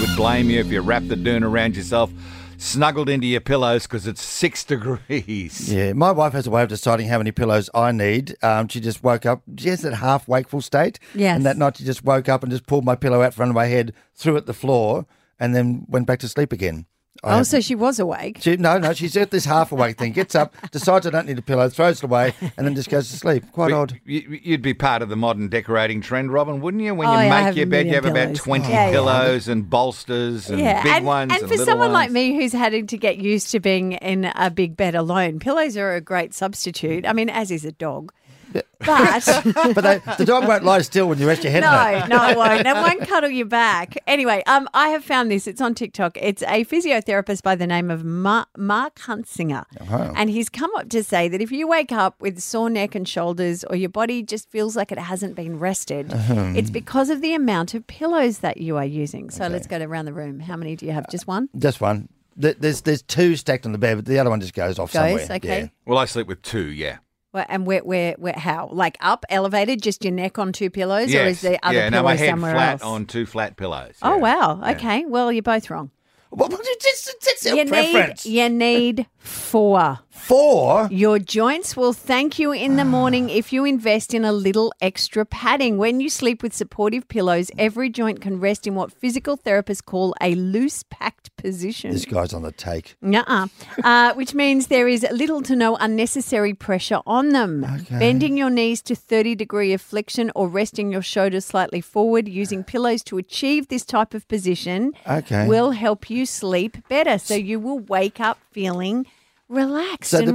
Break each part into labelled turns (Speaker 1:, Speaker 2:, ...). Speaker 1: would blame you if you wrapped the doon around yourself, snuggled into your pillows because it's six degrees.
Speaker 2: Yeah, my wife has a way of deciding how many pillows I need. Um, she just woke up, she has that half wakeful state.
Speaker 3: Yes.
Speaker 2: And that night she just woke up and just pulled my pillow out front of my head, threw it at the floor, and then went back to sleep again. I
Speaker 3: Oh,
Speaker 2: have-
Speaker 3: so she was awake.
Speaker 2: she, no, no, she's at this half awake thing, gets up, decides I don't need a pillow, throws it away, and then just goes to sleep. Quite odd.
Speaker 1: You, you'd be part of the modern decorating trend, Robin, wouldn't you? When you
Speaker 3: Oh, yeah, I
Speaker 1: make
Speaker 3: have
Speaker 1: your
Speaker 3: a
Speaker 1: bed, you have
Speaker 3: million
Speaker 1: about
Speaker 3: pillows.
Speaker 1: 20
Speaker 3: Yeah, yeah.
Speaker 1: pillows and bolsters and
Speaker 3: Yeah,
Speaker 1: big
Speaker 3: and,
Speaker 1: ones.
Speaker 3: and
Speaker 1: And,
Speaker 3: for
Speaker 1: little
Speaker 3: someone like
Speaker 1: ones.
Speaker 3: me who's having to get used to being in a big bed alone, pillows are a great substitute. I mean, as is a dog. But
Speaker 2: But they, the dog won't lie still when you rest your head on
Speaker 3: No,
Speaker 2: it.
Speaker 3: no, it won't. It won't cuddle you back. Anyway, um, I have found this. It's on TikTok. It's a physiotherapist by the name of Ma- Mark Huntsinger.
Speaker 1: Oh,
Speaker 3: And he's come up to say that if you wake up with sore neck and shoulders or your body just feels like it hasn't been rested,
Speaker 1: Uh-huh.
Speaker 3: it's because of the amount of pillows that you are using. So let's go around the room. How many do you have? Just one?
Speaker 1: Uh,
Speaker 2: Just one. Th- There's there's two stacked on the bed, but the other one just goes off
Speaker 3: Goes,
Speaker 2: somewhere.
Speaker 3: okay.
Speaker 2: Yeah.
Speaker 1: Well, I sleep with two, yeah.
Speaker 3: Well, and where, where, where, how? Like up, elevated, just your neck on two pillows, or
Speaker 1: Yes.
Speaker 3: is there other
Speaker 1: yeah,
Speaker 3: pillows
Speaker 1: no, my head
Speaker 3: somewhere
Speaker 1: flat
Speaker 3: else?
Speaker 1: on two flat pillows.
Speaker 3: oh
Speaker 1: yeah.
Speaker 3: wow.
Speaker 1: Yeah.
Speaker 3: Okay. Well, you're both wrong.
Speaker 2: Well, but it's, it's, it's their
Speaker 3: you
Speaker 2: preference.
Speaker 3: need you need four.
Speaker 2: Four.
Speaker 3: Your joints will thank you in the morning if you invest in a little extra padding. When you sleep with supportive pillows, every joint can rest in what physical therapists call a loose packed position.
Speaker 2: This guy's on the take.
Speaker 3: Nuh-uh. Uh, which means there is little to no unnecessary pressure on them. Bending your knees to 30 degree affliction or resting your shoulders slightly forward using pillows to achieve this type of position
Speaker 2: Okay.
Speaker 3: will help you sleep better. So you will wake up feeling relaxed
Speaker 2: So
Speaker 3: and
Speaker 2: the-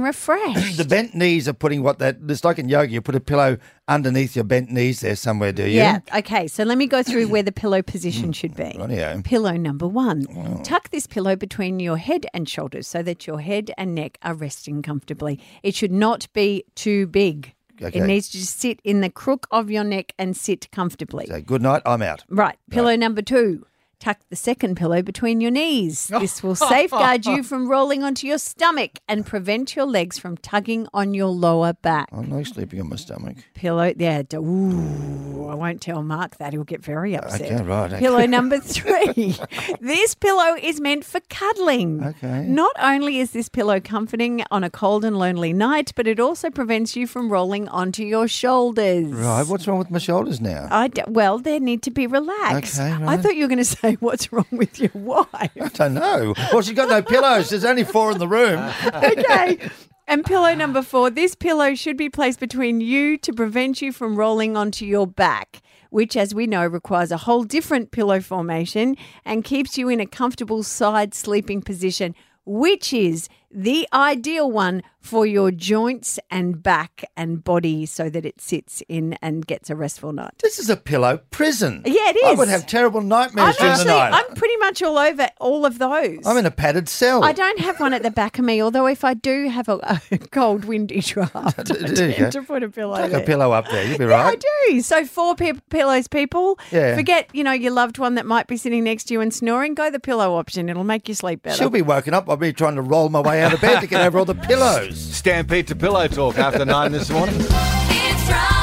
Speaker 3: refreshed.
Speaker 2: The bent knees are putting what that it's like in yoga. You put a pillow underneath your bent knees there somewhere, do you?
Speaker 3: Yeah. Okay. So let me go through where the pillow position should be.
Speaker 2: Rightio.
Speaker 3: Pillow number one. Tuck this pillow between your head and shoulders so that your head and neck are resting comfortably. It should not be too big.
Speaker 2: Okay.
Speaker 3: It needs to just sit in the crook of your neck and sit comfortably.
Speaker 2: So good night. I'm out.
Speaker 3: Right. Pillow number two. Tuck the second pillow between your knees. This will safeguard you from rolling onto your stomach and prevent your legs from tugging on your lower back
Speaker 2: I'm like sleeping on my stomach.
Speaker 3: pillow. Yeah, d- ooh, I won't tell Mark that; he'll get very upset.
Speaker 2: Okay, right, okay.
Speaker 3: Pillow number three. this pillow is meant for cuddling.
Speaker 2: Okay.
Speaker 3: Not only is this pillow comforting on a cold and lonely night, but it also prevents you from rolling onto your shoulders.
Speaker 2: Right. What's wrong with my shoulders now?
Speaker 3: I d- well, they need to be relaxed.
Speaker 2: Okay,
Speaker 3: I
Speaker 2: right.
Speaker 3: thought you were going to say, "What's wrong with your wife?"
Speaker 2: I don't know. Well, she's got no pillows. There's only four in the room.
Speaker 3: okay. And pillow number four this pillow should be placed between you to prevent you from rolling onto your back, which, as we know, requires a whole different pillow formation and keeps you in a comfortable side sleeping position, which is the ideal one for your joints and back and body so that it sits in and gets a restful night.
Speaker 2: This is a pillow prison.
Speaker 3: Yeah, it
Speaker 2: I
Speaker 3: is.
Speaker 2: would have terrible nightmares
Speaker 3: I'm
Speaker 2: during
Speaker 3: actually,
Speaker 2: the night.
Speaker 3: I'm pretty much all over all of those.
Speaker 2: I'm in a padded cell.
Speaker 3: I don't have one at the back of me, although if I do have a, a cold, windy draft, I
Speaker 2: There you
Speaker 3: tend
Speaker 2: go.
Speaker 3: to put a pillow
Speaker 2: Take
Speaker 3: there.
Speaker 2: a pillow up there. You'll be
Speaker 3: Yeah, I
Speaker 2: right.
Speaker 3: do. So four pe- pillows, people.
Speaker 2: Yeah.
Speaker 3: Forget, you know, your loved one that might be sitting next to you and snoring. Go the pillow option. It'll make you sleep better.
Speaker 2: She'll be woken up by me trying to roll my way out of bed to get over all the pillows.
Speaker 1: Stampede to pillow talk after nine this morning.
Speaker 4: It's Robin.